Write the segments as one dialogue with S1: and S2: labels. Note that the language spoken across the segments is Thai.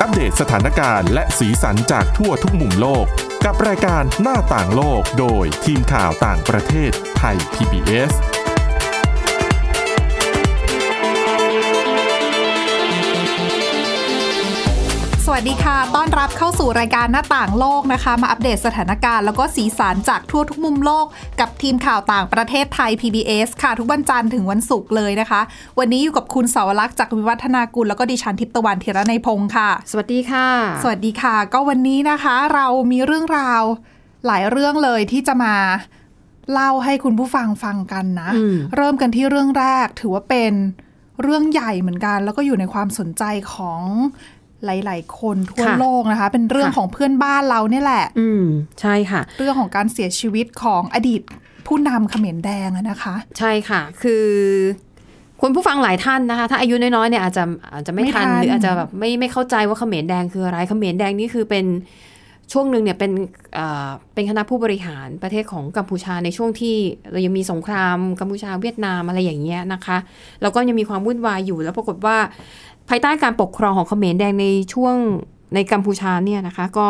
S1: อัปเดตสถานการณ์และสีสันจากทั่วทุกมุมโลก กับรายการหน้าต่างโลกโดยทีมข่าวต่างประเทศไทย PBS
S2: สวัสดีค่ะ ต้อนรับเข้าสู่รายการหน้าต่างโลกนะคะ มาอัปเดตสถานการณ์แล้วก็สีสันจากทั่วทุกมุมโลก กับทีมข่าวต่างประเทศไทย PBS ค่ะ ทุกวันจันทร์ถึงวันศุกร์เลยนะคะ วันนี้อยู่กับคุณเสาวลักษณ์จากวิวัฒนากุลแล้วก็ดิฉันทิพย์ตะวันเทระในยพงค์ค่ะ
S3: สวัสดีค่ะ
S2: สวัสดีค่ะ ก็วันนี้นะคะ เรามีเรื่องราวหลายเรื่องเลยที่จะมาเล่าให้คุณผู้ฟังฟังกันนะ
S3: อืม
S2: เริ่มกันที่เรื่องแรกถือว่าเป็นเรื่องใหญ่เหมือนกัน แล้วก็อยู่ในความสนใจของหลาย ๆ คนทั่ว
S3: ค่ะ
S2: โลกนะคะ เป็นเรื่อง
S3: ค่ะ
S2: ของเพื่อนบ้านเราเนี่ยแหละ
S3: อืม ใช่ค่ะ
S2: เรื่องของการเสียชีวิตของอดีตผู้นำเขมรแดงอะนะคะ
S3: ใช่ค่ะ คือคุณผู้ฟังหลายท่านนะคะ ถ้าอายุน้อยๆเนี่ยอาจจะอาจจะไม่
S2: ไม่ทั
S3: ทั
S2: น
S3: น หรืออาจจะแบบไม่ไม่เข้าใจว่าเขมรแดงคืออะไร เขมรแดงนี่คือเป็นช่วงหนึ่งเนี่ยเป็นเอ่อเป็นคณะผู้บริหารประเทศของกัมพูชาในช่วงที่เรายังมีสงครามกัมพูชาเวียดนามอะไรอย่างเงี้ยนะคะ แล้วก็ยังมีความวุ่นวายอยู่แล้วปรากฏว่า ภายใต้การปกครองของเขมรแดงในช่วงในกัมพูชาเนี่ยนะคะ ก็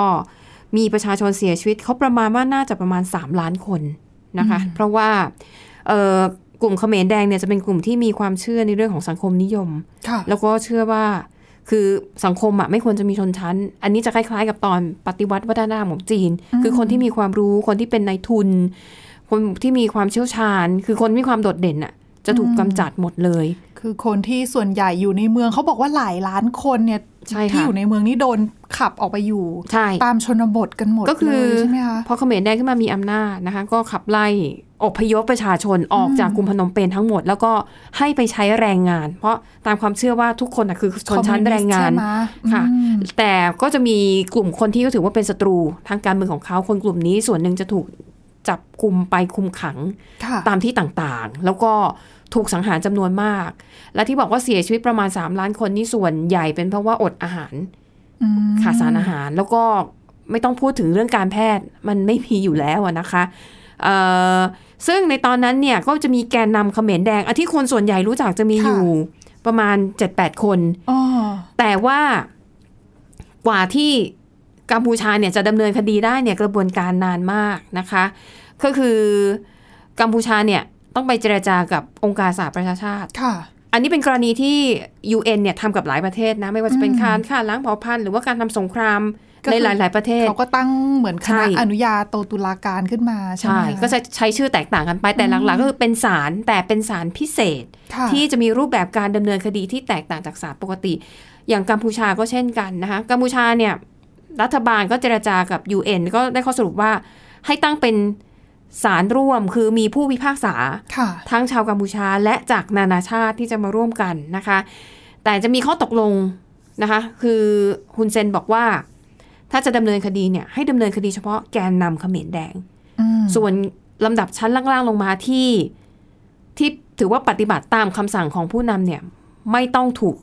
S3: มีประชาชนเสียชีวิตเขาประมาณว่าน่าจะประมาณ 3 ล้านคนนะคะ เพราะว่าเอ่อกลุ่มเขมรแดงเนี่ยจะเป็นกลุ่มที่มีความเชื่อในเรื่องของสังคมนิยม
S2: ค่ะ
S3: แล้วก็เชื่อว่าคือสังคมอ่ะไม่ควรจะมีชนชั้น อันนี้จะคล้ายๆ กับตอนปฏิวัติวัฒนธรรมของจีน
S2: อืม
S3: คือคนที่มีความรู้คนที่เป็นนายทุน คนที่มีความเชี่ยวชาญ คือคนมีความโดดเด่นอ่ะจะถูกกำจัดหมดเลย
S2: คือคนที่ส่วนใหญ่อยู่ในเมืองเขาบอกว่าหลายล้านคนเนี่ย
S3: ใช่
S2: ที่
S3: ค่ะ
S2: อยู่ในเมืองนี่โดนขับออกไปอยู่
S3: ใช่
S2: ตามชนบทกันหมด
S3: ก็คือ
S2: เลยใช่ไหมคะ
S3: พอเขมรแดงขึ้นมามีอำนาจนะคะ ก็ขับไล่อพยพประชาชนออกจากกรุงพนมเปญทั้งหมด แล้วก็ให้ไปใช้แรงงาน เพราะตามความเชื่อว่าทุกคนน่ะคือชนชั้น
S2: Communist
S3: แรงงาน
S2: ใช่ไหม
S3: ค่ะ
S2: อืม
S3: แต่ก็จะมีกลุ่มคนที่ก็ถือว่าเป็นศัตรูทางการเมืองของเขาคนกลุ่มนี้ส่วนหนึ่งจะถูกจับกลุ่มไปคุมขัง
S2: ค่ะ
S3: ตามที่ต่างๆ แล้วก็ถูกสังหารจำนวนมาก และที่บอกว่าเสียชีวิตประมาณ 3 ล้านคนนี่ส่วนใหญ่เป็นเพราะว่าอดอาหาร
S2: อืม
S3: ขาดสารอาหารแล้วก็ไม่ต้องพูดถึงเรื่องการแพทย์มันไม่มีอยู่แล้วอะนะคะเอ่อซึ่งในตอนนั้นเนี่ยก็จะมีแกนนำเขมรแดงอะที่คนส่วนใหญ่รู้จักจะมี
S2: ค่ะ
S3: อยู่ประมาณ 7-8 คน
S2: อ๋อ
S3: แต่ว่ากว่าที่กัมพูชาเนี่ยจะดำเนินคดีได้เนี่ยกระบวนการนานมากนะคะ ก็คือกัมพูชาเนี่ยต้องไปเจรจากับองค์การสหประชาชาติ
S2: ค่ะ
S3: อันนี้เป็นกรณีที่ UN เนี่ยทำกับหลายประเทศนะ ไม่ว่าจะเป็นการฆ่าล้างเผ่าพันธุ์หรือว่าการทำสงคราม
S2: ก็คือ
S3: ในหลาย ๆ ประเทศ
S2: เขาก็ตั้งเหมือนคณะ
S3: ใช่
S2: อนุญาโตตุลาการขึ้นมาใช่ไหม
S3: ใช่ ก็จะใช้ชื่อแตกต่างกันไปแต่หลัก ๆ ก็คือเป็นศาลแต่เป็นศาลพิเศษ
S2: ค่ะ
S3: ที่จะมีรูปแบบการดำเนินคดีที่แตกต่างจากศาลปกติ อย่างกัมพูชาก็เช่นกันนะคะ กัมพูชาเนี่ยรัฐบาลก็เจรจากับ UN ก็ได้ข้อสรุปว่าให้ตั้งเป็นศาลร่วม คือมีผู้พิพากษา
S2: ค่ะ
S3: ทั้งชาวกัมพูชาและจากนานาชาติที่จะมาร่วมกันนะคะ แต่จะมีข้อตกลงนะคะ คือฮุนเซนบอกว่า ถ้าจะดำเนินคดีเนี่ยให้ดำเนินคดีเฉพาะแกนนำเขมรแดง
S2: อืม
S3: ส่วนลำดับชั้นล่างๆลงมาที่ที่ถือว่าปฏิบัติตามคำสั่งของผู้นำเนี่ยไม่ต้องถูก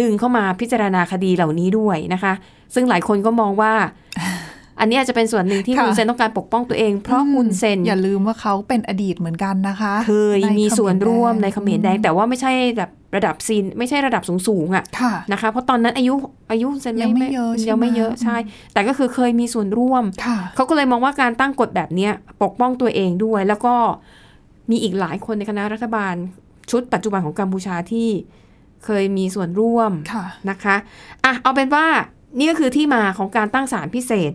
S3: ดึงเข้ามาพิจารณาคดีเหล่านี้ด้วยนะคะ ซึ่งหลายคนก็มอง ว่า อันนี้อาจจะเป็นส่วนหนึ่งที่ฮุนเซนต้องการปกป้องตัวเองเพราะฮุนเซน
S2: อย่าลืมว่าเขาเป็นอดีตเหมือนกันนะคะ
S3: เคย
S2: ใน
S3: มีส่วนร่วม
S2: เข
S3: ในเขมรแดง แต่ว่าไม่ใช่แบบระดับซีนไม่ใช่ระดับสูงๆอ่ะ
S2: ค่ะ
S3: นะคะ เพราะตอนนั้นอายุอายุเซน
S2: ยังไม่เยอะใช่ไหม
S3: ยังไม่เยอะใช่ แต่ก็คือเคยมีส่วนร่วม
S2: ค่ะ
S3: เขาก็เลยมองว่าการตั้งกฎแบบเนี้ยปกป้องตัวเองด้วย แล้วก็มีอีกหลายคนในคณะรัฐบาลชุดปัจจุบันของกัมพูชาที่เคยมีส่วนร่วม
S2: ค่ะ
S3: นะคะอ่ะเอาเป็นว่านี่ก็คือที่มาของการตั้งศาลพิเศษ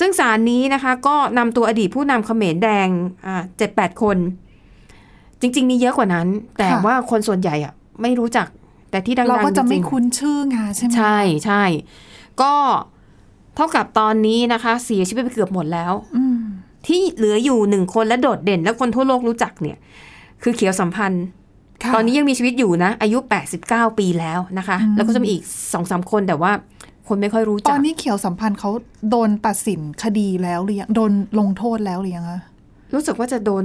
S3: ซึ่งศาลนี้นะคะ ก็นำตัวอดีตผู้นำเขมรแดงอ่าเจ็ดแปดคน จริง ๆ มีเยอะกว่านั้น แต่
S2: ค่ะ
S3: ว่าคนส่วนใหญ่อ่ะไม่รู้จักแต่ที่ดังๆ
S2: เราก็จะไม่
S3: ริงๆ
S2: คุ้นชื่อไงใช่ไหม
S3: ใช่ใช่ก็เท่ากับตอนนี้นะคะ เสียชีวิตไปเกือบหมดแล้ว
S2: อืม
S3: ที่เหลืออยู่หนึ่งคนและโดดเด่น และคนทั่วโลกรู้จักเนี่ย คือเขียวสัมพันธ์
S2: ค่ะ
S3: ตอนนี้ยังมีชีวิตอยู่นะ อายุ 89 ปีแล้วนะคะ
S2: อืม
S3: แล้วก็จะมีอีกสองสามคนแต่ว่าคนไม่ค่อยรู้
S2: ต
S3: จั
S2: อก นนี้เขียวสัมพันธ์เขาโดนตัดสินคดีแล้วหรือยังโดนลงโทษแล้วหรือยังคะ
S3: รู้สึกว่าจะโดน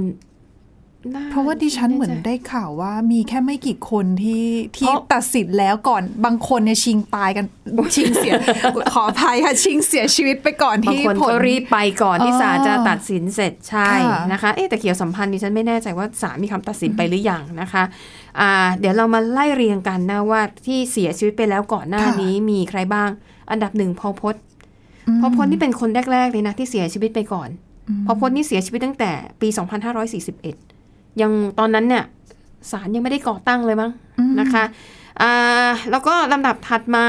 S3: น่
S2: เพราะว่าดิฉันเหมือน
S3: ไใจ
S2: ได้ข่าวว่ามีแค่ไม่กี่คนที่ที่
S3: เพราะ
S2: ตัดสินแล้วก่อนบางคนเนี่ยชิงตายกันชิงเสีย ขออภัยค่ะชิงเสียชีวิตไปก่อน
S3: บาง
S2: ที่
S3: คน
S2: ผ
S3: ก็
S2: ล
S3: รีบไปก่อนที่
S2: อ๋อ
S3: ศาลจะตัดสินเสร็จใช่
S2: ค่ะ
S3: นะคะ เอ๊ะแต่เขียวสัมพันธ์ดิฉันไม่แน่ใจว่าศาลมีคำตัดสินไปหรือยังนะคะ อ่าเดี๋ยวเรามาไล่เรียงกันนะว่าที่เสียชีวิตไปแล้วก่อนหน้า
S2: ค่ะ
S3: นี้มีใครบ้าง อันดับหนึ่งพอพศ
S2: ม
S3: พอพศนี่เป็นคนแรกๆเลยนะที่เสียชีวิตไปก่อน
S2: ม
S3: พอพจน์นี่เสียชีวิตตั้งแต่ปี 2541 ยังตอนนั้นเนี่ยศาลยังไม่ได้ก่อตั้งเลยมั้ง
S2: อืม
S3: นะคะอ่าแล้วก็ลำดับถัดมา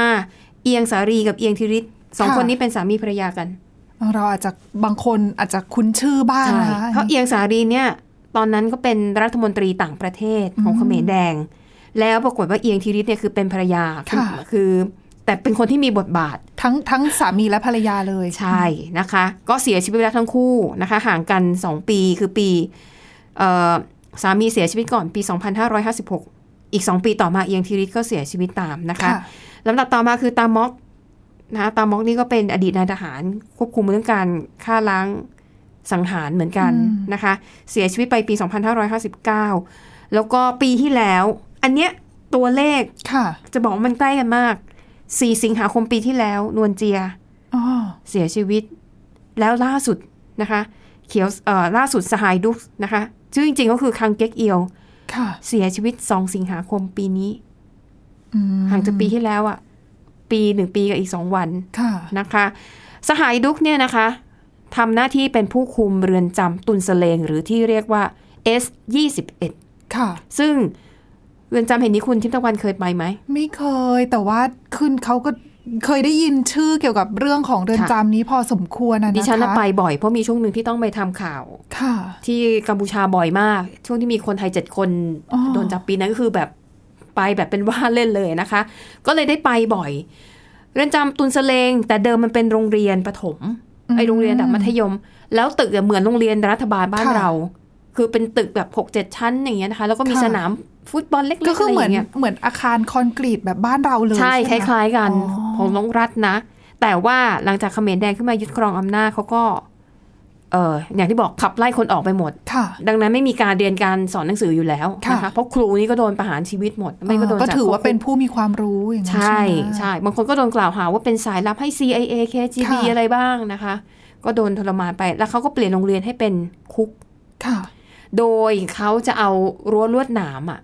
S3: เอียงสารีกับเอียงธิริศสอง
S2: ค่ะ
S3: คนนี้เป็นสามีภรรยากัน
S2: เราอาจจะบางคนอาจจะคุ้นชื่อบ้างนะคะ
S3: เพราะเอียงสารีเนี่ยตอนนั้นก็เป็นรัฐมนตรีต่างประเทศของ
S2: อืม
S3: เขมรแดง แล้วปรากฏว่าเอียงธิริศเนี่ยคือเป็นภรรยา
S2: ค่ะ
S3: คือ แต่เป็นคนที่มีบทบาท
S2: ทั้งทั้งสามีและภรรยาเลย
S3: ใช่นะคะ ก็เสียชีวิตไปแล้วทั้งคู่นะคะ ห่างกัน 2 ปีคือปีเอ่อสามีเสียชีวิตก่อนปี 2556 อีก 2 ปีต่อมาเอียงธีริศก็เสียชีวิตตามนะคะลำดับต่อมาคือตามอกนะคะตามอกนี่ก็เป็นอดีตนายทหารควบคุมเรื่องการฆ่าล้างสังหารเหมือนกัน
S2: อืม
S3: นะคะ เสียชีวิตไปปี 2559 แล้วก็ปีที่แล้ว อันเนี้ยตัวเลข
S2: ค่ะ
S3: จะบอกว่ามันใกล้กันมาก 4 สิงหาคมปีที่แล้วนวลเจีย
S2: อ๋อ
S3: เสียชีวิตแล้วล่าสุดนะคะเขียวเอ่อล่าสุดสหายดุกนะคะชื่อจริงๆก็คือคังเก็กเอียว
S2: ค่ะ
S3: เสียชีวิต 2 สิงหาคมปีนี้
S2: อืม
S3: ห่างจากปีที่แล้วอะปีหนึ่งปีกับอีก 2 วัน
S2: ค่ะ
S3: นะคะ สหายดุกเนี่ยนะคะทำหน้าที่เป็นผู้คุมเรือนจำตุนเสเลงหรือที่เรียกว่า S 2
S2: ค่ะ
S3: 1ซึ่งเรือนจำเห็นนี้คุณทิพย์ตะวันเคยไปไหม
S2: ไม่เคยแต่ว่าขึ้นเขาก็เคยได้ยินชื่อเกี่ยวกับเรื่องของเรือน
S3: ค่ะ
S2: จำนี้พอสมควรนะนะคะ
S3: ดิฉันน่ะไปบ่อยเพราะมีช่วงหนึ่งที่ต้องไปทำข่าว
S2: ค่ะ
S3: ที่กัมพูชาบ่อยมาก ช่วงที่มีคนไทยเจ็ดคน
S2: อ๋อ
S3: โดนจับปีนั้นก็คือแบบไปแบบเป็นว่าเล่นเลยนะคะ ก็เลยได้ไปบ่อย เรือนจำตุนเสเลง แต่เดิมมันเป็นโรงเรียนประถมไอโรงเรียนระดับมัธยม แล้วตึกอะเหมือนโรงเรียนรัฐบาลบ้านเรา คือเป็นตึกแบบหกเจ็ดชั้นอย่างเงี้ยนะคะ แล้วก็มีสนามฟุตบอลเล็กๆ
S2: ก็คื
S3: อะ
S2: ออเห
S3: ไรอ
S2: มือน
S3: ย่างเงี้ย
S2: เหมือนอาคารคอนกรีตแบบบ้านเราเลย
S3: ใช่ค
S2: ไหม
S3: ล้ายๆกัน
S2: อ๋อ
S3: ของน้องรัฐนะ แต่ว่าหลังจากเขมรแดงขึ้นมายึดครองอำนาจเขาก็เอออย่างที่บอกขับไล่คนออกไปหมด
S2: ค่ะ
S3: ดังนั้นไม่มีการเรียนการสอนหนังสืออยู่แล้ว
S2: ค่ะ
S3: นะคะเพราะครูนี่ก็โดนประหารชีวิตหมด ไม่ก็โดน
S2: ก็
S3: จับ
S2: ถือว่า
S3: คุ
S2: เป็นผู้มีความรู้อย่างนั้น
S3: ใช่
S2: ไหม
S3: ใช่ บางคนก็โดนกล่าวหาว่าเป็นสายลับให้ CIA KGB
S2: ค่ะ
S3: อะไรบ้างนะคะ ก็โดนทรมานไป แล้วเขาก็เปลี่ยนโรงเรียนให้เป็นคุก
S2: ค่ะ
S3: โดยเขาจะเอารั้วลวดหนามอะ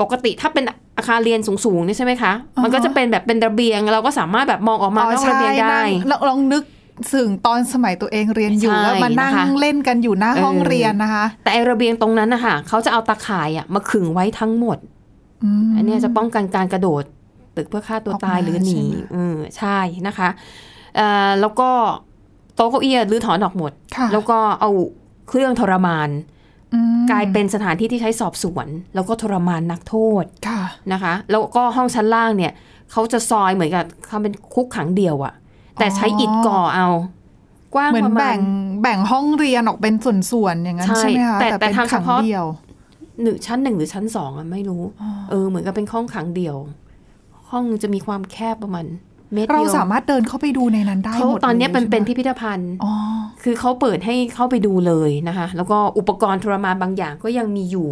S3: ปกติถ้าเป็นอาคารเรียนสูงๆนี่ใช่ไหมคะ
S2: อ่าฮะ
S3: มันก็จะเป็นแบบเป็นระเบียง เราก็สามารถแบบมองออกมานอกระเบียงได้
S2: นั่งลองนึกถึงตอนสมัยตัวเองเรียนอยู่
S3: ใช่
S2: ว่ามานั่ง
S3: นะคะ
S2: เล่นกันอยู่หน้าห้อง
S3: เออ
S2: เรียนนะคะ
S3: แต่ไอ้ระเบียงตรงนั้นนะคะเขาจะเอาตะข่ายอะมาขึงไว้ทั้งหมด
S2: ม
S3: อันเนี้ยจะป้องกันการกระโดดตึกเพื่อฆ่าตัว
S2: ออกมา
S3: ตายหรือหนี
S2: ใช่ไหม
S3: เออใช่นะคะเอ่อแล้วก็โต๊ะเก้าอี้รื้อถอนออกหมด
S2: ค่ะ
S3: แล้วก็เอาเครื่องทรมาน
S2: อืม
S3: กลายเป็นสถานที่ที่ใช้สอบสวน แล้วก็ทรมานนักโทษ
S2: ค่ะ
S3: นะคะ แล้วก็ห้องชั้นล่างเนี่ยเขาจะซอยเหมือนกับทำเป็นคุกขังเดียวอะแต่ใช้อิฐก่อเอา กว้าง
S2: เหมือ
S3: ป
S2: น
S3: ระมา
S2: แบ่
S3: ณ
S2: งแบ่งห้องเรียนออกเป็นส่วนๆอย่างนั้น
S3: ใช่
S2: ใช่ไหมคะ
S3: แต่แต่
S2: เป็น
S3: ทางเฉ
S2: ขัง
S3: พาะ
S2: เดียว
S3: หนึ่งชั้นหนึ่งหรือชั้นสองอะไม่รู้
S2: อ๋อ
S3: เออเหมือนกับเป็นห้องขังเดียว ห้องจะมีความแคบประมาณเมตร
S2: เรา
S3: เดียว
S2: สามารถเดินเข้าไปดูในนั้นได้
S3: เขา
S2: หมด
S3: ตอนเนี้ยเป็น
S2: ลย
S3: เป็น
S2: ใช่ไหม
S3: พิพิธภัณฑ์
S2: อ๋อ
S3: คือเขาเปิดให้เข้าไปดูเลยนะคะ แล้วก็อุปกรณ์ทรมานบางอย่างก็ยังมีอยู่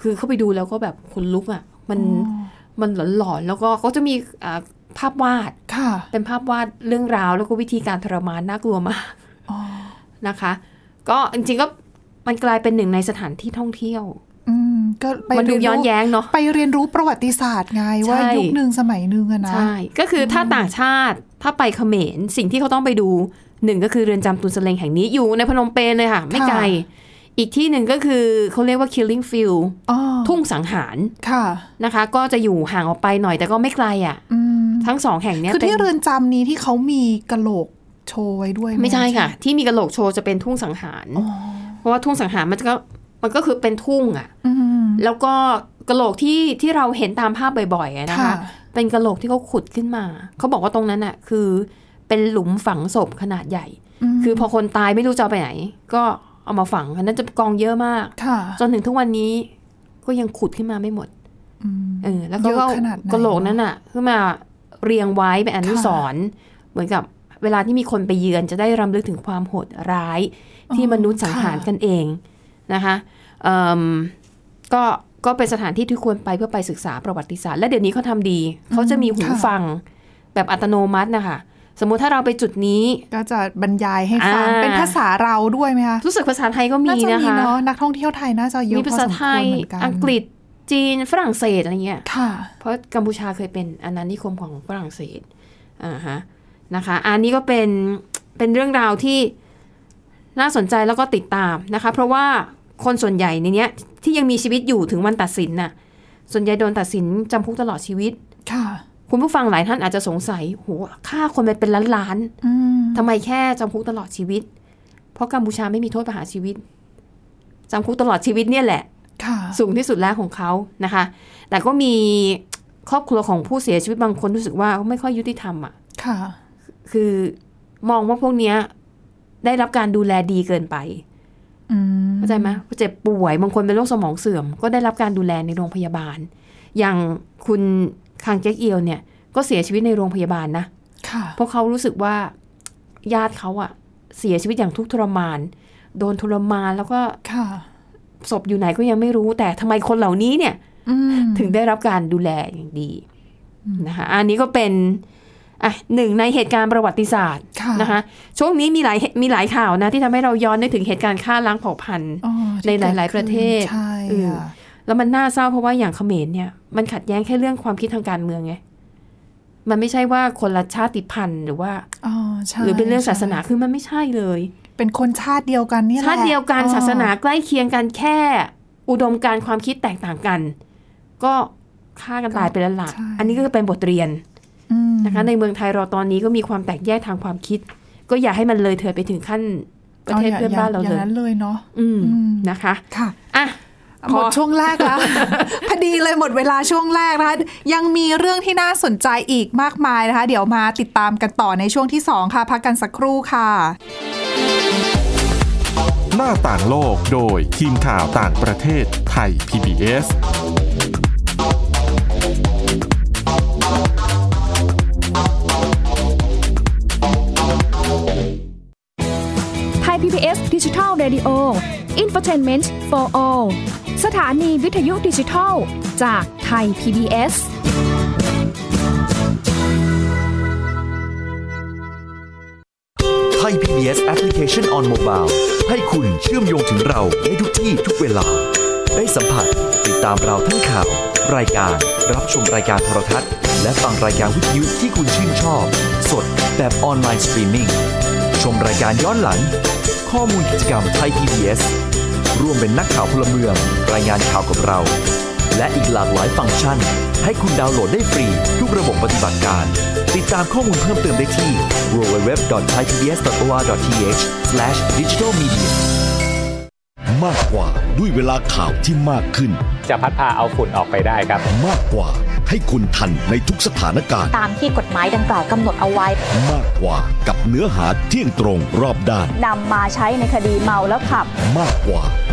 S3: คือเข้าไปดูแล้วก็แบบขนลุกอะ่ะ มันมันหลอนๆแล้วก็เขาจะมีอ่าภาพวาด
S2: ค่ะ
S3: เป็นภาพวาดเรื่องราว แล้วก็วิธีการทรมานน่ากลัวมาก
S2: อ๋อ
S3: นะคะ ก็จริงๆก็มันกลายเป็นหนึ่งในสถานที่ท่องเที่ยว
S2: อืมก็ไป
S3: มันดู
S2: เรีรู้
S3: ย้อนแย้งเนาะ
S2: ไปเรียนรู้ประวัติศาสตร์ไงว่า
S3: ใช่
S2: ยุคหนึ่งสมัยหนึ่งอะนะ
S3: ใช่ ก็คือถ้าต่างชาติถ้าไปเขมรสิ่งที่เขาต้องไปดูหนึ่งก็คือเรือนจำตุนเสลงแห่งนี้อยู่ในพนมเปญเลยค่ะ ไม่ไกล อีกที่หนึ่งก็คือเขาเรียกว่า killing field
S2: อ๋อ
S3: ทุ่งสังหาร
S2: ค่ะ
S3: นะคะ ก็จะอยู่ห่างออกไปหน่อยแต่ก็ไม่ไกลอ่ะ
S2: อืม
S3: ทั้งสองแห่งเนี้ย
S2: คือ
S3: ป็น
S2: ที่เรือนจำนี้ที่เขามีกระโหลกโชว์ไว้ด้วยห
S3: ไม่ใช่ค่ะ ที่มีกระโหลกโชว์จะเป็นทุ่งสังหาร
S2: อ๋อ
S3: เพราะว่าทุ่งสังหารมันก็มันก็คือเป็นทุ่งอ่ะ
S2: อืม
S3: แล้วก็กระโหลกที่ที่เราเห็นตามภาพบ่อยๆอะนะคะ
S2: ค่ะ
S3: เป็นกระโหลกที่เขาขุดขึ้นมา เขาบอกว่าตรงนั้นอ่ะคือเป็นหลุมฝังศพขนาดใหญ่
S2: ม
S3: คือพอคนตายไม่รู้จะเอาไปไหน ก็เอามาฝังอันนั้นจะกองเยอะมาก
S2: ค่ะ
S3: จนถึงทุกวันนี้ก็ยังขุดขึ้นมาไม่หมด
S2: อืม
S3: เออแล้วก็
S2: เยอะ
S3: เอา
S2: ขนาดไหน
S3: กระโหลกนั้นอ่ะขึ้นมาเรียงไว้เป็นอนุสรณ์เหมือนกับเวลาที่มีคนไปเยือนจะได้รำลึกถึงความโหดร้ายที่
S2: อ๋อ
S3: มนุษย์สังหาร
S2: ค่ะ
S3: กันเองนะคะเอิ่มก็ก็เป็นสถานที่ที่ควรไปเพื่อไปศึกษาประวัติศาสตร์และเดี๋ยวนี้เขาทำดีเขาจะมีหูฟังแบบอัตโนมัตินะคะสมมุติถ้าเราไปจุดนี้
S2: ก็จะบรรยายให้ฟัง
S3: อ่า
S2: เป็นภาษาเราด้วยไหมคะ
S3: รู้สึกภาษาไทยก็มี
S2: น่าจะ
S3: นะ
S2: มี
S3: คะ
S2: เนาะนักท่องเที่ยวไทยน่าจะเยอะ
S3: มีภาษาไทย
S2: พอสมควรเหมือนกัน
S3: อังกฤษ จีนฝรั่งเศสอะไรเงี้ย
S2: ค่ะ
S3: เพราะกัมพูชาเคยเป็นอาณานิคมของฝรั่งเศสอ่าฮะนะคะ อันนี้ก็เป็นเป็นเรื่องราวที่น่าสนใจแล้วก็ติดตามนะคะ เพราะว่าคนส่วนใหญ่ในเนี้ยที่ยังมีชีวิตอยู่ถึงวันตัดสินน่ะส่วนใหญ่โดนตัดสินจำคุกตลอดชีวิต
S2: ค่ะ
S3: คุณผู้ฟังหลายท่านอาจจะสงสัยโหฆ่าคนไปเป็นล้านล้าน
S2: อืม
S3: ๆทำไมแค่จำคุกตลอดชีวิต เพราะกัมพูชาไม่มีโทษประหารชีวิตจำคุกตลอดชีวิตเนี่ยแหละ
S2: ค่ะ
S3: สูงที่สุดแล้วของเขานะคะ แต่ก็มีครอบครัวของผู้เสียชีวิตบางคนรู้สึกว่าไม่ค่อยยุติธรรมอ่ะ
S2: ค่ะ
S3: คือมองว่าพวกเนี้ยได้รับการดูแลดีเกินไป
S2: อืม
S3: เข้าใจไหมเจ็บป่วย บางคนเป็นโรคสมองเสื่อม ก็ได้รับการดูแลในโรงพยาบาล อย่างคุณคางเจ๊กเอียวเนี่ย ก็เสียชีวิตในโรงพยาบาลนะ
S2: ค่ะ
S3: เพราะเขารู้สึกว่าญาติเขาอะเสียชีวิตอย่างทุกข์ทรมาน โดนทรมานแล้วก็
S2: ค่ะ
S3: ศพอยู่ไหนก็ยังไม่รู้ แต่ทำไมคนเหล่านี้เนี่ย
S2: อืม
S3: ถึงได้รับการดูแลอย่างดีนะคะ อันนี้ก็เป็นอ่ะหนึ่งในเหตุการณ์ประวัติศาสตร์
S2: ค่ะ
S3: นะคะ ช่วงนี้มีหลายมีหลายข่าวนะที่ทำให้เราย้อนนึกถึงเหตุการณ์ฆ่าล้างเผ่าพันธุ์
S2: อ๋อ
S3: ใน
S2: ที่
S3: หลายๆ
S2: กิด
S3: ประเทศ
S2: ขึ้นใช่
S3: อืม
S2: ค่ะ
S3: แล้วมันน่าเศร้าเพราะว่าอย่างเขมรเนี่ยมันขัดแย้งแค่เรื่องความคิดทางการเมืองไง มันไม่ใช่ว่าคนละชาติพันธุ์หรือว่า
S2: อ๋อใช่
S3: หรือเป็นเรื่องศาสนา
S2: ใช่
S3: คือมันไม่ใช่เลย
S2: เป็นคนชาติเดียวกันนี่แหละ
S3: ชาติเดียวกัน
S2: อ๋อ
S3: ศาสนาใกล้เคียงกันแค่ อุดมการณ์ความคิดแตกต่างกัน ก็ฆ่ากันตายไปแล้วล่ะอันนี้ก็เป็นบทเรียน
S2: อืม
S3: นะคะในเมืองไทยเราตอนนี้ก็มีความแตกแยกทางความคิด ก็อย่าให้มันเลยเถิดไปถึงขั้นประเทศเพื่อนบ้านเรา
S2: อย่
S3: เล
S2: ง
S3: ย
S2: นั้นเลยเนาะ
S3: อืม
S2: อืม
S3: นะคะ
S2: ค่ะ
S3: อ่ะ พ
S2: ห
S3: อ
S2: มดช่วงแรก แล้ว พอดีเลยหมดเวลาช่วงแรกนะคะยังมีเรื่องที่น่าสนใจอีกมากมายนะคะ เดี๋ยวมาติดตามกันต่อในช่วงที่ 2 ค่ะ พักกันสักครู่ค่ะ
S1: หน้าต่างโลกโดยทีมข่าวต่างประเทศไทย PBS
S4: ไทย PBS Digital Radio Infotainment for All สถานีวิทยุดิจิทัลจากไทย PBS
S5: ไทย PBS Application on Mobile ให้คุณเชื่อมโยงถึงเราในทุกที่ทุกเวลา ได้สัมผัสติดตามเราทั้งข่าว รายการรับชมรายการโทรทัศน์ และฟังรายการวิทยุที่คุณชื่นชอบ สดแบบออนไลน์สตรีมมิ่งชมรายการย้อนหลัง ข้อมูลกิจกรรมไทย PBS ร่วมเป็นนักข่าวพลเมือง รายงานข่าวกับเรา และอีกหลากหลายฟังก์ชัน ให้คุณดาวน์โหลดได้ฟรี ทุกระบบปฏิบัติการ ติดตามข้อมูลเพิ่มเติมได้ที่ www.thaipbs.or.th/digitalmedia
S6: มากกว่าด้วยเวลาข่าวที่มากขึ้น
S7: จะพัดพาเอาฝุ่นออกไปได้ครับ
S6: มากกว่าให้คุณทันในทุกสถานการณ์
S8: ตามที่กฎหมายดังกล่าวกำหนดเอาไว้
S6: มากกว่ากับเนื้อหาเที่ยงตรงรอบด้าน
S8: นำมาใช้ในคดีเมาแล้วขับ
S6: มากกว่า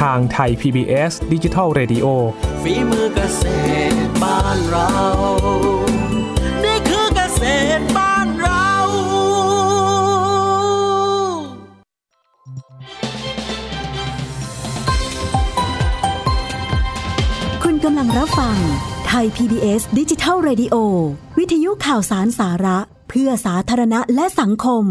S9: ทางไทย PBS d i g i ดิจิ Radio
S10: ฝีมือเกษตรบ้านเรา นี่คือเกษตรบ้านเรา
S11: คุณกำลังรับฟังไทย PBS ดิจิทัล Radio วิทยุข่าวสารสาระ เพื่อสาธารณะและสังคม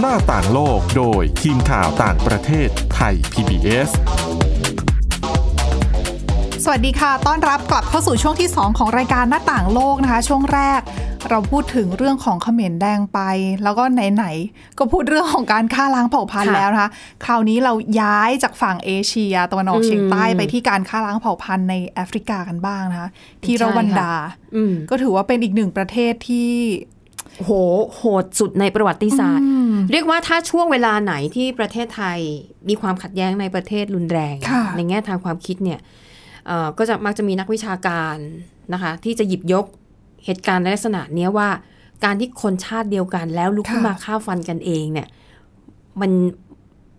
S1: หน้าต่างโลกโดยทีมข่าวต่างประเทศไทย PBS
S2: สวัสดีค่ะ ต้อนรับกลับเข้าสู่ช่วงที่ 2 ของรายการหน้าต่างโลกนะคะ ช่วงแรก เราพูดถึงเรื่องของเขมรแดงไป แล้วก็ไหนๆก็พูดเรื่องของการฆ่าล้างเผ่าพันธุ์
S3: ค่ะ
S2: แล้วนะคะ คราวนี้เราย้ายจากฝั่งเอเชียตะวันออกเฉียงใต้
S3: อืม
S2: ไปที่การฆ่าล้างเผ่าพันธุ์ในแอฟริกากันบ้างนะคะที่รวันดา
S3: อืม
S2: ก็ถือว่าเป็นอีกหนึ่งประเทศที่
S3: โหโหดสุดในประวัติศาสตร์ เรียกว่าถ้าช่วงเวลาไหนที่ประเทศไทยมีความขัดแย้งในประเทศรุนแรง
S2: ค่ะ
S3: ในแง่ทางความคิดเนี่ยเอ่อก็จะมักจะมีนักวิชาการนะคะ ที่จะหยิบยกเหตุการณ์ในลักษณะเนี้ยว่า การที่คนชาติเดียวกันแล้วลุกขึ้นมาฆ่าฟันกันเองเนี่ยมัน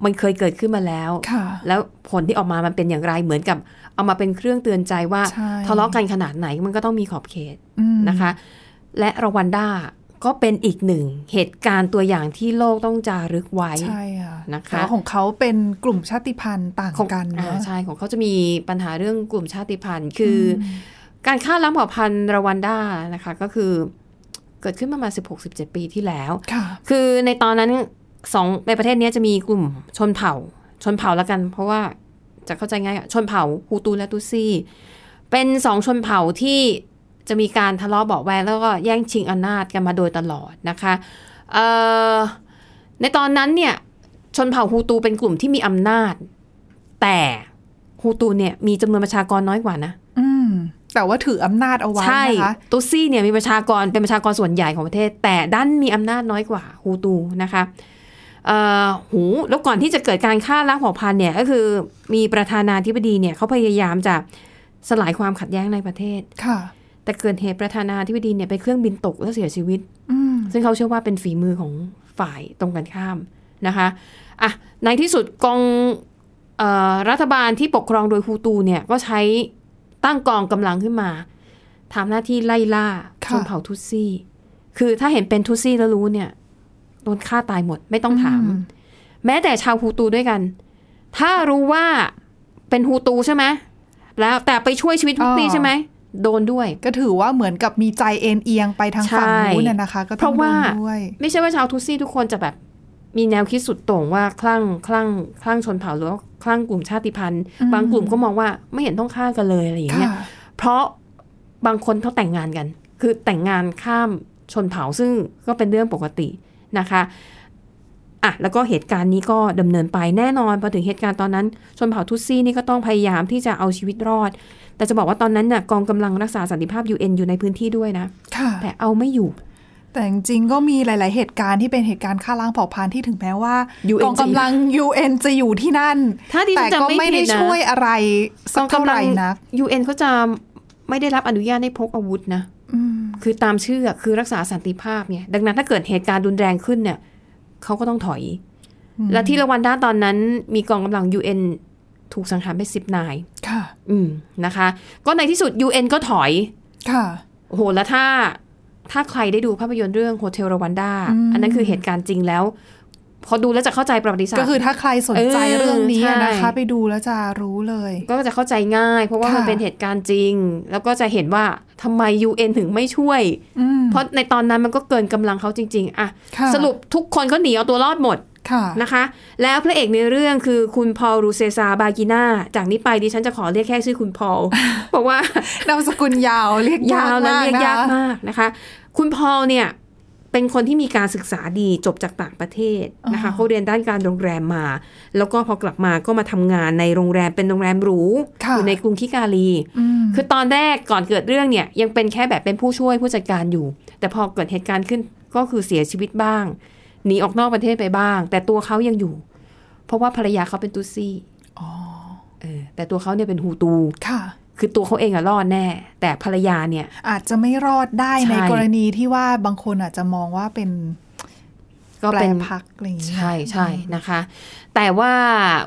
S3: มันเคยเกิดขึ้นมาแล้ว
S2: ค่ะ
S3: แล้วผลที่ออกมามันเป็นอย่างไรเหมือนกับเอามาเป็นเครื่องเตือนใจว่า
S2: ใช่
S3: ทะเลาะกันขนาดไหนมันก็ต้องมีขอบเขต
S2: อืม
S3: นะคะและรวันดาก็เป็นอีกหนึ่งเหตุการณ์ตัวอย่างที่โลกต้องจารึกไว้
S2: ใช่ค่ะ
S3: นะคะ
S2: แต่ว่าของเขาเป็นกลุ่มชาติพันธุ์ต่างกัน
S3: อ่า
S2: เนะ
S3: ใช่ของเขาจะมีปัญหาเรื่องกลุ่มชาติพันธุ์ คืออการฆ่าล้างเผ่าพันธุ์รวันดานะคะก็คือเกิดขึ้นประมาณ 16-17 ปีที่แล้ว
S2: ค่ะ
S3: คือในตอนนั้นสองในประเทศเนี้ยจะมีกลุ่มชนเผ่า ชนเผ่าละกัน เพราะว่าจะเข้าใจง่ายอะชนเผ่าฮูตูและตุซี เป็นสองชนเผ่าที่จะมีการทะเลาะเบาะแวงแล้วก็แย่งชิงอำนาจกันมาโดยตลอดนะคะเอ่อในตอนนั้นเนี่ยชนเผ่าฮูตูเป็นกลุ่มที่มีอำนาจ แต่ฮูตูเนี่ยมีจำนวนประชากรน้อยกว่านะ
S2: อืม แต่ว่าถืออำนาจเอาไว้
S3: ใช่
S2: นะคะ
S3: ตุซี่เนี่ยมีประชากรเป็นประชากรส่วนใหญ่ของประเทศ แต่ด้านมีอำนาจน้อยกว่าฮูตูนะคะเอ่อหูแล้วก่อนที่จะเกิดการฆ่าล้างเผ่าพันธุ์เนี่ยก็คือมีประธานาธิบดีเนี่ยเขาพยายามจะสลายความขัดแย้งในประเทศ
S2: ค่ะ
S3: แต่เกิดเหตุประธานาธิบดีเนี่ยไปเครื่องบินตกแล้วเสียชีวิต
S2: อืม
S3: ซึ่งเขาเชื่อว่าเป็นฝีมือของฝ่ายตรงกันข้ามนะคะอ่ะในที่สุดกองเออรัฐบาลที่ปกครองโดยฮูตูเนี่ยก็ใช้ตั้งกองกำลังขึ้นมาทำหน้าที่ไล่ล่าช
S2: ค่ะ
S3: นเผ่าทุตซี่ คือถ้าเห็นเป็นทุตซี่แล้วรู้เนี่ยโดนฆ่าตายหมดไม่ต้องถาม แม้แต่ชาวฮูตูด้วยกัน ถ้ารู้ว่าเป็นฮูตูใช่ไหมแล้วแต่ไปช่วยชีวิตทุตซี่ใช่ไหมโดนด้วย
S2: ก็ถือว่าเหมือนกับมีใจเอ็นเอียงไปทางฝั่งนู้นน่ะนะคะ ก็ต้องโดนด้วย
S3: ไม่ใช่ว่าชาวทุตซี่ทุกคนจะแบบมีแนวคิดสุดโต่งว่าคลั่งคลั่งคลั่งชนเผ่าหรือว่าคลั่งกลุ่มชาติพันธุ์
S2: อืม
S3: บางกลุ่มก็มองว่าไม่เห็นต้องฆ่ากันเลยอะไรอย่างเงี้ย
S2: ค่ะ
S3: เพราะบางคนเขาแต่งงานกัน คือแต่งงานข้ามชนเผ่าซึ่งก็เป็นเรื่องปกตินะคะอ่ะแล้วก็เหตุการณ์นี้ก็ดำเนินไปแน่นอนพอถึงเหตุการณ์ตอนนั้น ชนเผ่าทุตซี่นี่ก็ต้องพยายามที่จะเอาชีวิตรอด แต่จะบอกว่าตอนนั้นน่ะกองกำลังรักษาสันติภาพ UN อยู่ในพื้นที่ด้วยนะ
S2: ค่ะ
S3: แต่เอาไม่อยู่
S2: แต่จริงๆก็มีหลาย ๆ เหตุการณ์ที่เป็นเหตุการณ์ฆ่าล้างเผ่าพันธุ์ที่ถึงแม้ว่า
S3: UN
S2: กองกำลัง UN จะอยู่ที่นั่น
S3: ถ้าดิฉั
S2: แต่
S3: นจำ
S2: ก็
S3: ไม่
S2: ไม่
S3: ผิ
S2: ได้
S3: ดนะ
S2: ช่วยอะไรสักเท่าไหร่นัก
S3: ยูเอ็นเขาจะไม่ได้รับอนุญาตให้พกอาวุธนะ
S2: อืม
S3: คือตามชื่ออะคือรักษาสันติภาพไงดังนั้นถ้าเกิดเหตุการณ์รุนแรงขึ้นเนี่ยเขาก็ต้องถอย
S2: อืม
S3: และที่รวันด้าตอนนั้นมีกองกำลัง UN ถูกสังหารไปสิบนาย
S2: ค่ะ
S3: อืมนะคะ ก็ในที่สุด UN ก็ถอย
S2: ค่ะ
S3: โอ้โหแล้วถ้าถ้าใครได้ดูภาพยนตร์เรื่องโฮเทลรวันด้า
S2: อืม
S3: อันนั้นคือเหตุการณ์จริงแล้ว พอดูแล้วจะเข้าใจประวัติศาสต
S2: ก็
S3: ร์
S2: คือถ้าใครสนใจ
S3: เออ
S2: เรื่องนี้อะนะคะ
S3: ใช่
S2: ไปดูแล้วจะรู้เลย
S3: ก็จะเข้าใจง่าย เพราะว่า
S2: ค่ะ
S3: มันเป็นเหตุการณ์จริง แล้วก็จะเห็นว่าทำไม UN ถึงไม่ช่วย
S2: อืม
S3: เพราะในตอนนั้นมันก็เกินกำลังเขาจริง ๆอะ
S2: ค่ะ
S3: สรุปทุกคนก็หนีเอาตัวรอดหมด
S2: ค่ะ
S3: นะคะ แล้วพระเอกในเรื่องคือคุณพอลรูเซซาบากิน่า จากนี้ไปดิฉันจะขอเรียกแค่ชื่อคุณพอ ล เพราะว่า
S2: นามสกุลยาวเรียกยาย
S3: ากวและ
S2: มาก
S3: เรียก
S2: นะ
S3: ยาก
S2: คะ
S3: มากนะคะ คุณพอลเนี่ยเป็นคนที่มีการศึกษาดีจบจากต่างประเทศนะคะ
S2: อ๋อ
S3: เขาเรียนด้านการโรงแรมมา แล้วก็พอกลับมาก็มาทำงานในโรงแรมเป็นโรงแรมหรูอยู่ในกรุงคิกาลี
S2: ม
S3: คือตอนแรกก่อนเกิดเรื่องเนี่ยยังเป็นแค่แบบเป็นผู้ช่วยผู้จัดการอยู่ แต่พอเกิดเหตุการณ์ขึ้นก็คือเสียชีวิตบ้างหนีออกนอกประเทศไปบ้าง แต่ตัวเขายังอยู่ เพราะว่าภรรยาเขาเป็นตุตซี่
S2: อ๋อ
S3: เออแต่ตัวเขาเนี่ยเป็นฮูตู
S2: ค่ะ
S3: คือตัวเขาเองอะรอดแน่ แต่ภรรยาเนี่ย
S2: อาจจะไม่รอดได้ใน
S3: ใช่
S2: กรณีที่ว่าบางคนอาจจะมองว่าเป็น
S3: ก็
S2: แปล
S3: เป็น
S2: พักอะไรอย่างเงี้ย
S3: ใช่ใช่นะคะ แต่ว่า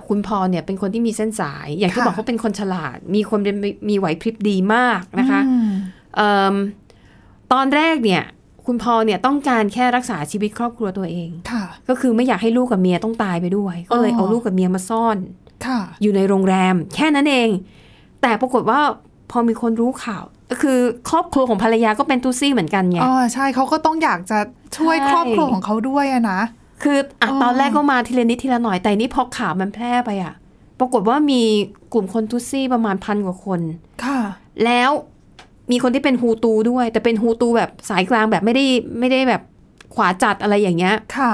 S3: คุณพอเนี่ยเป็นคนที่มีเส้นสาย อย่างที่
S2: ค่ะ
S3: บอกเขาเป็นคนฉลาด มีคนเป็นมีไหวพริบดีมากนะคะ
S2: อืม
S3: เอมตอนแรกเนี่ย คุณพอเนี่ยต้องการแค่รักษาชีวิตครอบครัวตัวเอง
S2: ค่ะ
S3: ก็คือไม่อยากให้ลูกกับเมียต้องตายไปด้วย ก็เลย
S2: อ๋อ
S3: เอาลูกกับเมียมาซ่อน
S2: ค่ะ
S3: อยู่ในโรงแรม แค่นั้นเอง แต่ปรากฏว่าพอมีคนรู้ข่าวก็คือครอบครัวของภรรยาก็เป็นตูซี่เหมือนกันไง
S2: อ๋อ ใช่เขาก็ต้องอยากจะช่วย
S3: ใช่
S2: ครอบครัวของเขาด้วยอะนะ
S3: คืออ่ะ
S2: อ๋อ
S3: ตอนแรกก็มาทีละนิดทีละหน่อยแต่นี่พอข่าวมันแพร่ไปอ่ะ ปรากฏว่ามีกลุ่มคนตูซี่ประมาณพันกว่าคน
S2: ค่ะ
S3: แล้ว มีคนที่เป็นฮูตูด้วย แต่เป็นฮูตูแบบสายกลางแบบไม่ได้ไม่ได้แบบขวาจัดอะไรอย่างเงี้ย
S2: ค่ะ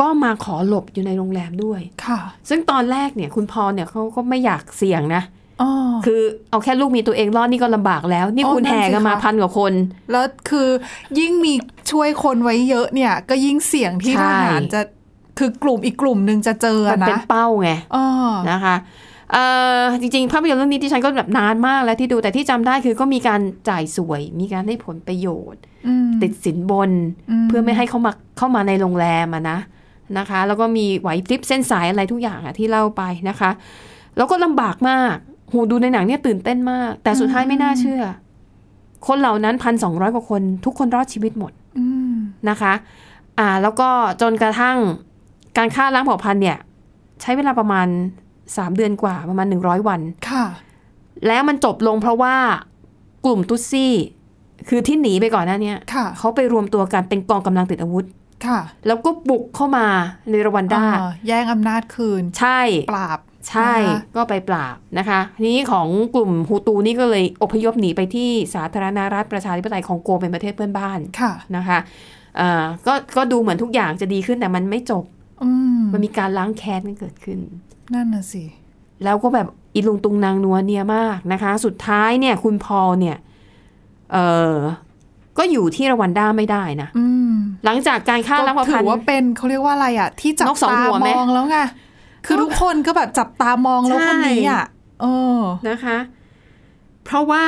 S3: ก็มาขอหลบอยู่ในโรงแรมด้วย
S2: ค่ะ
S3: ซึ่งตอนแรกเนี่ยคุณพอเนี่ยเขาก็ไม่อยากเสี่ยงนะ
S2: อ๋อ
S3: คือเอาแค่ลูกมีตัวเองรอดนี่ก็ลำบากแล้ว นี่
S2: อ๋อ
S3: คุณ
S2: นั่น
S3: แห่
S2: สิ
S3: กันมา
S2: คะ
S3: พันกว่าคน
S2: แล้วคือยิ่งมีช่วยคนไว้เยอะเนี่ย ก็ยิ่งเสี่ยงที่
S3: ใช่
S2: ทหารจะคือกลุ่มอีกกลุ่มหนึ่งจะเจอ
S3: มันเป็น
S2: นะ
S3: เป้าไง
S2: อ๋อ
S3: นะคะเอ่อจริง ๆ ภาพยนตร์เรื่องนี้ที่ฉันก็แบบนานมากแล้วที่ดูแต่ที่จำได้คือก็มีการจ่ายสวย มีการให้ผลประโยชน์
S2: อืม
S3: ติดสินบน
S2: อืม
S3: เพื่อไม่ให้เข้ามาเข้ามาในโรงแรมอะนะนะคะ แล้วก็มีไหวพริบเส้นสายอะไรทุกอย่างอะที่เล่าไปนะคะ แล้วก็ลำบากมากโหูดูในหนังเนี่ยตื่นเต้นมาก แต่สุดท้ายไม่น่าเชื่อ คนเหล่านั้นพันสองร้อยกว่าคน ทุกคนรอดชีวิตหมด
S2: อืม
S3: นะคะอ่าแล้วก็จนกระทั่งการฆ่าล้างเผ่าพันธุ์เนี่ย ใช้เวลาประมาณ 3 เดือนกว่าประมาณ 100 วัน
S2: ค่ะ
S3: แล้วมันจบลงเพราะว่ากลุ่มตุ๊ตซี่ คือที่หนีไปก่อนหน้าเนี้ย
S2: ค่ะ
S3: เขาไปรวมตัวกันเป็นกองกำลังติดอาวุธ
S2: ค่ะ
S3: แล้วก็บุกเข้ามาในรวันดา
S2: อ่าแย่งอำนาจคืน
S3: ใช่
S2: ปราบ
S3: ใช่
S2: นะคะ
S3: ก็ไปปราบนะคะทีนี้ของกลุ่มฮูตูนี่ก็เลยอพยพหนีไปที่สาธารณรัฐประชาธิปไตยของโกเป็นประเทศเพื่อนบ้าน
S2: ค่ะ
S3: นะคะเอ่อก็ก็ดูเหมือนทุกอย่างจะดีขึ้นแต่มันไม่จบ
S2: อืม
S3: มันมีการล้างแค้นกันเกิดขึ้น
S2: นั่นน่ะสิ
S3: แล้วก็แบบอีลุงตุงนางนัวเนียมากนะคะ สุดท้ายเนี่ยคุณพอลเนี่ยเออก็อยู่ที่รวันด้าไม่ได้นะ
S2: อืม
S3: หลังจากการฆ่าล้าง
S2: ก็
S3: เผ่า
S2: ถื
S3: พัน
S2: อ
S3: ธุ์
S2: ว่าเป็นเขาเรียกว่าอะไรอ่ะ ที่จับ
S3: นกสอง
S2: ตา
S3: หัวไห
S2: ม
S3: ม
S2: องแล้วไงคือทุกคนก็แบบจับตามองแล้ว
S3: ใช่
S2: คนนี้อ่ะเออ
S3: นะคะ เพราะว่า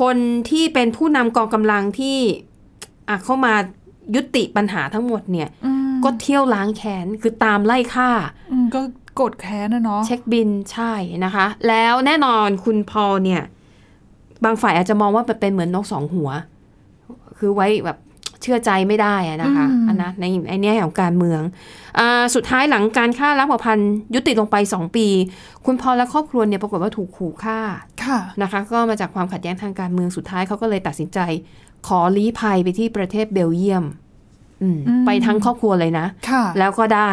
S3: คนที่เป็นผู้นำกองกำลังที่อ่ะเข้ามายุติปัญหาทั้งหมดเนี่ย
S2: อืม
S3: ก็เที่ยวล้างแค้นคือตามไล่ฆ่า
S2: อืมก็โกดแค้นนะเนาะ
S3: เช็คบินใช่นะคะ แล้วแน่นอนคุณพอลเนี่ย บางฝ่ายอาจจะมองว่าเป็นเหมือนนกสองหัว คือไว้แบบเชื่อใจไม่ได้อะนะคะอันนะในในแง่ของการเมืองอาสุดท้ายหลังการฆ่าล้างเผ่าพันธุ์ยุติลงไป 2 ปี คุณพอลและครอบครัวเนี่ยปรากฏว่าถูกขู่ฆ่า
S2: ค่ะ
S3: นะคะก็มาจากความขัดแย้งทางการเมืองสุดท้ายเขาก็เลยตัดสินใจ ขอลี้ภัยไปที่ประเทศเบลเยียมอืม
S2: อืม
S3: ไปทั้งครอบครัวเลยนะ
S2: ค่ะ
S3: แล้วก็ได้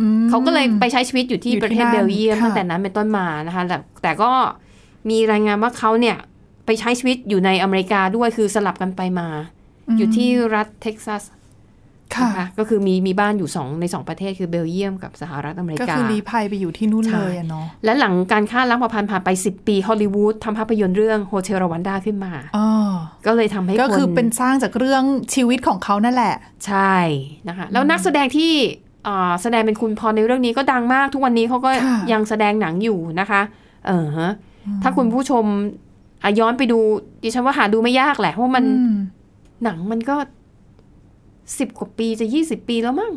S2: อืม
S3: เขาก็เลยไปใช้ชีวิตอยู่ที่
S2: อยู่ที่
S3: ประเทศเบลเยียม
S2: นั่นค่ะ
S3: ตั้งแต่นั้นเป็นต้นมานะคะแต่แต่ก็มีรายงานว่าเขาเนี่ย ไปใช้ชีวิตอยู่ในอเมริกาด้วยคือสลับกันไปมา อยู่ที่รัฐเท็กซัส
S2: ค่ะ
S3: นะคะก็คือมีมีบ้านอยู่สองในสองประเทศคือเบลเยียมกับสหรัฐอเมริ
S2: ก็
S3: กา
S2: คือรีภัยไปอยู่ที่นู่น
S3: ใช่
S2: เลยอะเนาะ
S3: และหลังการฆ่าล้างเผ่าพันธุ์ผ่านไป 10 ปีฮอลลีวูดทำภาพยนตร์เรื่องโฮเทลรวันดาขึ้นมา
S2: อ๋อ
S3: ก็เลยทำให้
S2: ก็คือ
S3: คน
S2: เป็นสร้างจากเรื่องชีวิตของเขานั่นแหละ
S3: ใช่นะคะแล้วนักแสดงที่เอ่อแสดงเป็นคุณพรในเรื่องนี้ก็ดังมาก ทุกวันนี้เขาก็
S2: ค่ะ
S3: ยังแสดงหนังอยู่นะคะ เออฮะถ้าคุณผู้ชมอ่ะย้อนไปดูดิฉันว่าหาดูไม่ยากแหละเพราะว่ามัน
S2: อืม
S3: หนังมันก็สิบกว่าปีจะยี่สิบปีแล้วมั้ง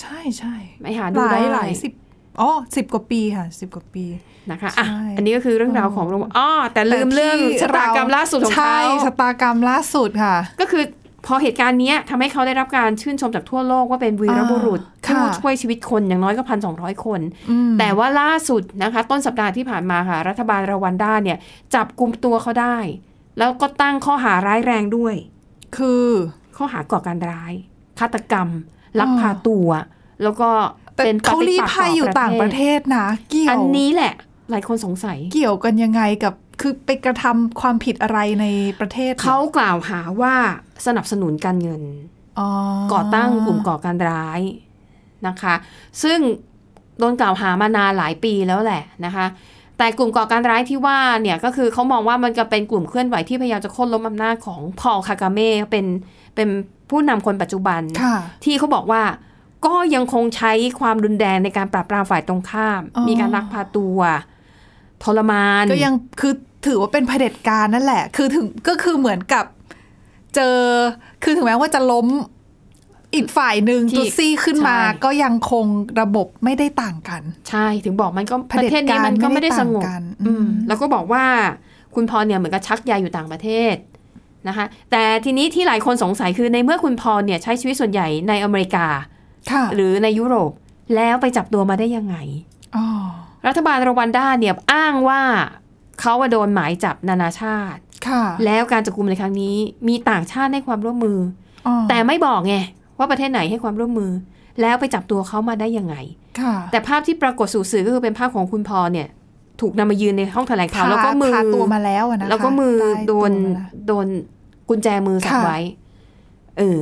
S2: ใช่ใช่
S3: ไปหา
S2: ห
S3: ดู
S2: ลา
S3: ได้
S2: ยหลายสิบอ๋อสิบกว่าปีค่ะสิบกว่าปี
S3: นะคะอ่ะ
S2: ใช่
S3: อันนี้ก็คือเรื่องราวของโรงอ๋อแต่ลืมเรื่อง
S2: แต่ที่
S3: ชะตากรรมล่าสุดของ
S2: ใช่
S3: เขา
S2: ชะตากรรมล่าสุดค่ะ
S3: ก็คือพอเหตุการณ์เนี้ยทำให้เขาได้รับการชื่นชมจากทั่วโลกว่าเป็นวีรบุรุษ
S2: อ่าค่ะ
S3: ผู้ช่วยชีวิตคนอย่างน้อยก็พันสองคน
S2: อืม
S3: แต่ว่าล่าสุดนะคะ ต้นสัปดาห์ที่ผ่านมาค่ะ รัฐบาลรวันด้าเนี่ย จับกลุ่มตัวเขาได้ แล้วก็ตั้งข้อหาร้ายแรงด้วย
S2: คือ
S3: ข้อหาก่อการร้าย ฆาตกรรม ลักพาตัว แล้วก็
S2: แต่
S3: เป็นป
S2: เขา
S3: ฏิ
S2: รี
S3: ปักษ์
S2: ภัยอยู่ต่างประเทศนะ เกี่ยว
S3: อันนี้แหละ หลายคนสงสัย
S2: เกี่ยวกันยังไงกับคือไปกระทำความผิดอะไรในประเทศ
S3: เขากล่าวหาว่าสนับสนุนการเงิน
S2: อ๋อ
S3: ก่อตั้งกลุ่มก่อการร้ายนะคะ ซึ่งโดนกล่าวหามานานหลายปีแล้วแหละนะคะ แต่กลุ่มก่อการร้ายที่ว่าเนี่ยก็คือเขามองว่ามันจะเป็นกลุ่มเคลื่อนไหวที่พยายามจะโค่นล้มอำนาจของพอลคากาเม่เป็นเป็นผู้นำคนปัจจุบัน
S2: ค่ะ
S3: ที่เขาบอกว่าก็ยังคงใช้ความรุนแรงในการปราบปรามฝ่ายตรงข้าม
S2: อ๋อ
S3: มีการลักพาตัวทรมาน
S2: ก็ยังคือถือว่าเป็นเผด็จการนั่นแหละ คือถึงก็คือเหมือนกับ เจอคือถึงแม้ว่าจะล้มอีกฝ่ายหนึ่ง
S3: ที่
S2: ตุตซี่ขึ้นมา
S3: ใช่
S2: ก็ยังคงระบบไม่ได้ต่างกัน
S3: ใช่ถึงบอกมันก็
S2: เผ
S3: ป
S2: ด็จการ
S3: ระเทศนี้มันก็ไม่ได้สงบ
S2: ไม่ได้ต่างกัน
S3: อืม
S2: อืม
S3: แล้วก็บอกว่าคุณพอลเนี่ยเหมือนกับชักยาอยู่ต่างประเทศนะคะแต่ทีนี้ที่หลายคนสงสัยคือในเมื่อคุณพอลเนี่ยใช้ชีวิตส่วนใหญ่ในอเมริกา
S2: ค่ะ
S3: หรือในยุโรปแล้วไปจับตัวมาได้ยังไง
S2: อ๋อ
S3: รัฐบาลรวันด้าเนี่ยอ้างว่าเขาอะโดนหมายจับนานาชาติ
S2: ค่ะ
S3: แล้วการจับกลุ่มในครั้งนี้ มีต่างชาติให้ความร่วมมือ
S2: อ๋อ
S3: แต่ไม่บอกไงว่าประเทศไหนให้ความร่วมมือ แล้วไปจับตัวเขามาได้ยังไง
S2: ค่ะ
S3: แต่ภาพที่ปรากฏสู่สื่อก็คือเป็นภาพของคุณพอลเนี่ย ถูกนำมายืนในห้องแถลงข่าว
S2: พา
S3: แล้วก็มือ
S2: พาตัวมาแล้วอะนะคะ
S3: แล้วก็มือ
S2: ได้
S3: โดน
S2: ตัวมาแล้ว
S3: โดนกุญแจมือสับ
S2: ค่ะ
S3: ไว้ เออ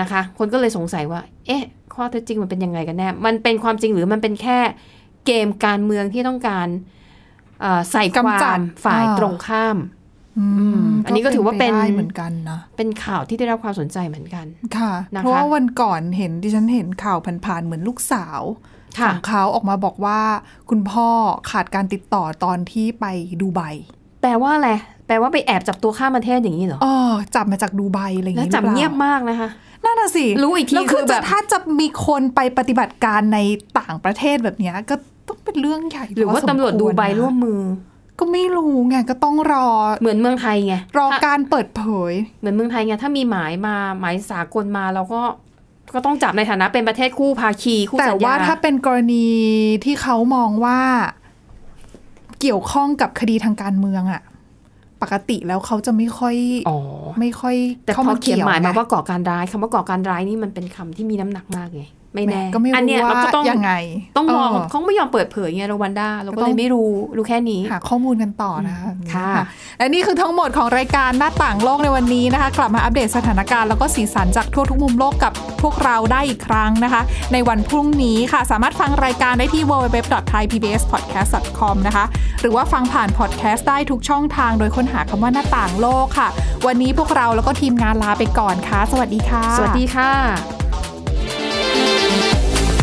S3: นะคะ คนก็เลยสงสัยว่า เอ๊ะ ข้อเท็จจริงมันเป็นยังไงกันแน่ มันเป็นความจริงหรือมันเป็นแค่เกมการเมืองที่ต้องการเอ่อใส่ค
S2: กำ
S3: วา
S2: จัด
S3: มฝ่าย
S2: อ่า
S3: ตรงข้าม
S2: อืม
S3: อันนี้ก็ถือว่าเป็น
S2: ได้เหมือนกันนะ
S3: เป็นข่าวที่ได้รับความสนใจเหมือนกัน
S2: ค่ะ
S3: นะคะ
S2: เพราะว่าวันก่อนเห็นดิฉันเห็นข่าวผ่านๆเหมือนลูกสาวข
S3: ค่ะ
S2: องเขาออกมาบอกว่า คุณพ่อขาดการติดต่อตอนที่ไปดูไบ
S3: แปลว่าอะไร แปลว่าไปแอบจับตัวข้ามประเทศอย่างนี้เหรอ
S2: อ๋อจับมาจากดูไบอะไรอย่าง
S3: แล้ว
S2: นี้
S3: จับ
S2: หรือปล่า
S3: เงียบมากนะคะ
S2: นั่นน่ะสิ
S3: รู้อีกที
S2: แล้วคือ
S3: คือแบบ
S2: จะถ้าจะมีคนไปปฏิบัติการในต่างประเทศแบบเนี้ยก็ต้องเป็นเรื่องใหญ่
S3: หรือ
S2: พ
S3: ว่า
S2: สมค
S3: ตำรวจดูใบ
S2: นะ
S3: ร่วมมือ
S2: ก็ไม่รู้ไงก็ต้องรอ
S3: เหมือนเมืองไทยไง
S2: รอ
S3: ถ้า
S2: การเปิดเผย
S3: เหมือนเมืองไทยไง ถ้ามีหมายมาหมายสากลมาเราก็ก็ต้องจับในฐานะเป็นประเทศคู่ภาคีคู่
S2: แต่
S3: สัญญา
S2: ว่าถ้าเป็นกรณีที่เขามองว่า เกี่ยวข้องกับคดีทางการเมืองอะปกติแล้วเขาจะไม่ค่อย
S3: อ๋อ
S2: ไม่ค่อย
S3: แต่
S2: ข้
S3: พอเขียนหมายมา
S2: ไง
S3: ว่าก่อการร้ายคำว่าก่อการร้ายนี่มันเป็นคำที่มีน้ำหนักมากไงไม่แน่
S2: ก็ไม่
S3: อันเนี้
S2: รู้
S3: ยเรา
S2: ว่า
S3: ก็ต้อง
S2: ยังไง
S3: ต้องมอง
S2: เ
S3: เขาไม่ยอมเปิดเผยไงรวันด้าเรา
S2: ก็
S3: ก็
S2: ต้อ
S3: เล
S2: ง
S3: ยไม่รู้รู้แค่นี้
S2: หาข้อมูลกันต่อนะคะ
S3: ค่ะ
S2: และนี่คือทั้งหมดของรายการหน้าต่างโลกในวันนี้นะคะ กลับมาอัปเดตสถานการณ์แล้วก็สีสันจากทั่วทุกมุมโลกกับพวกเราได้อีกครั้งนะคะ ในวันพรุ่งนี้ค่ะ สามารถฟังรายการได้ที่ www.thaipbspodcast.com นะคะ หรือว่าฟังผ่านพอดแคสต์ได้ทุกช่องทางโดยค้นหาคำว่าหน้าต่างโลกค่ะ วันนี้พวกเราแล้วก็ทีมงานลาไปก่อนค่ะ สวัสดีค่ะ
S3: สวัสดีค่ะ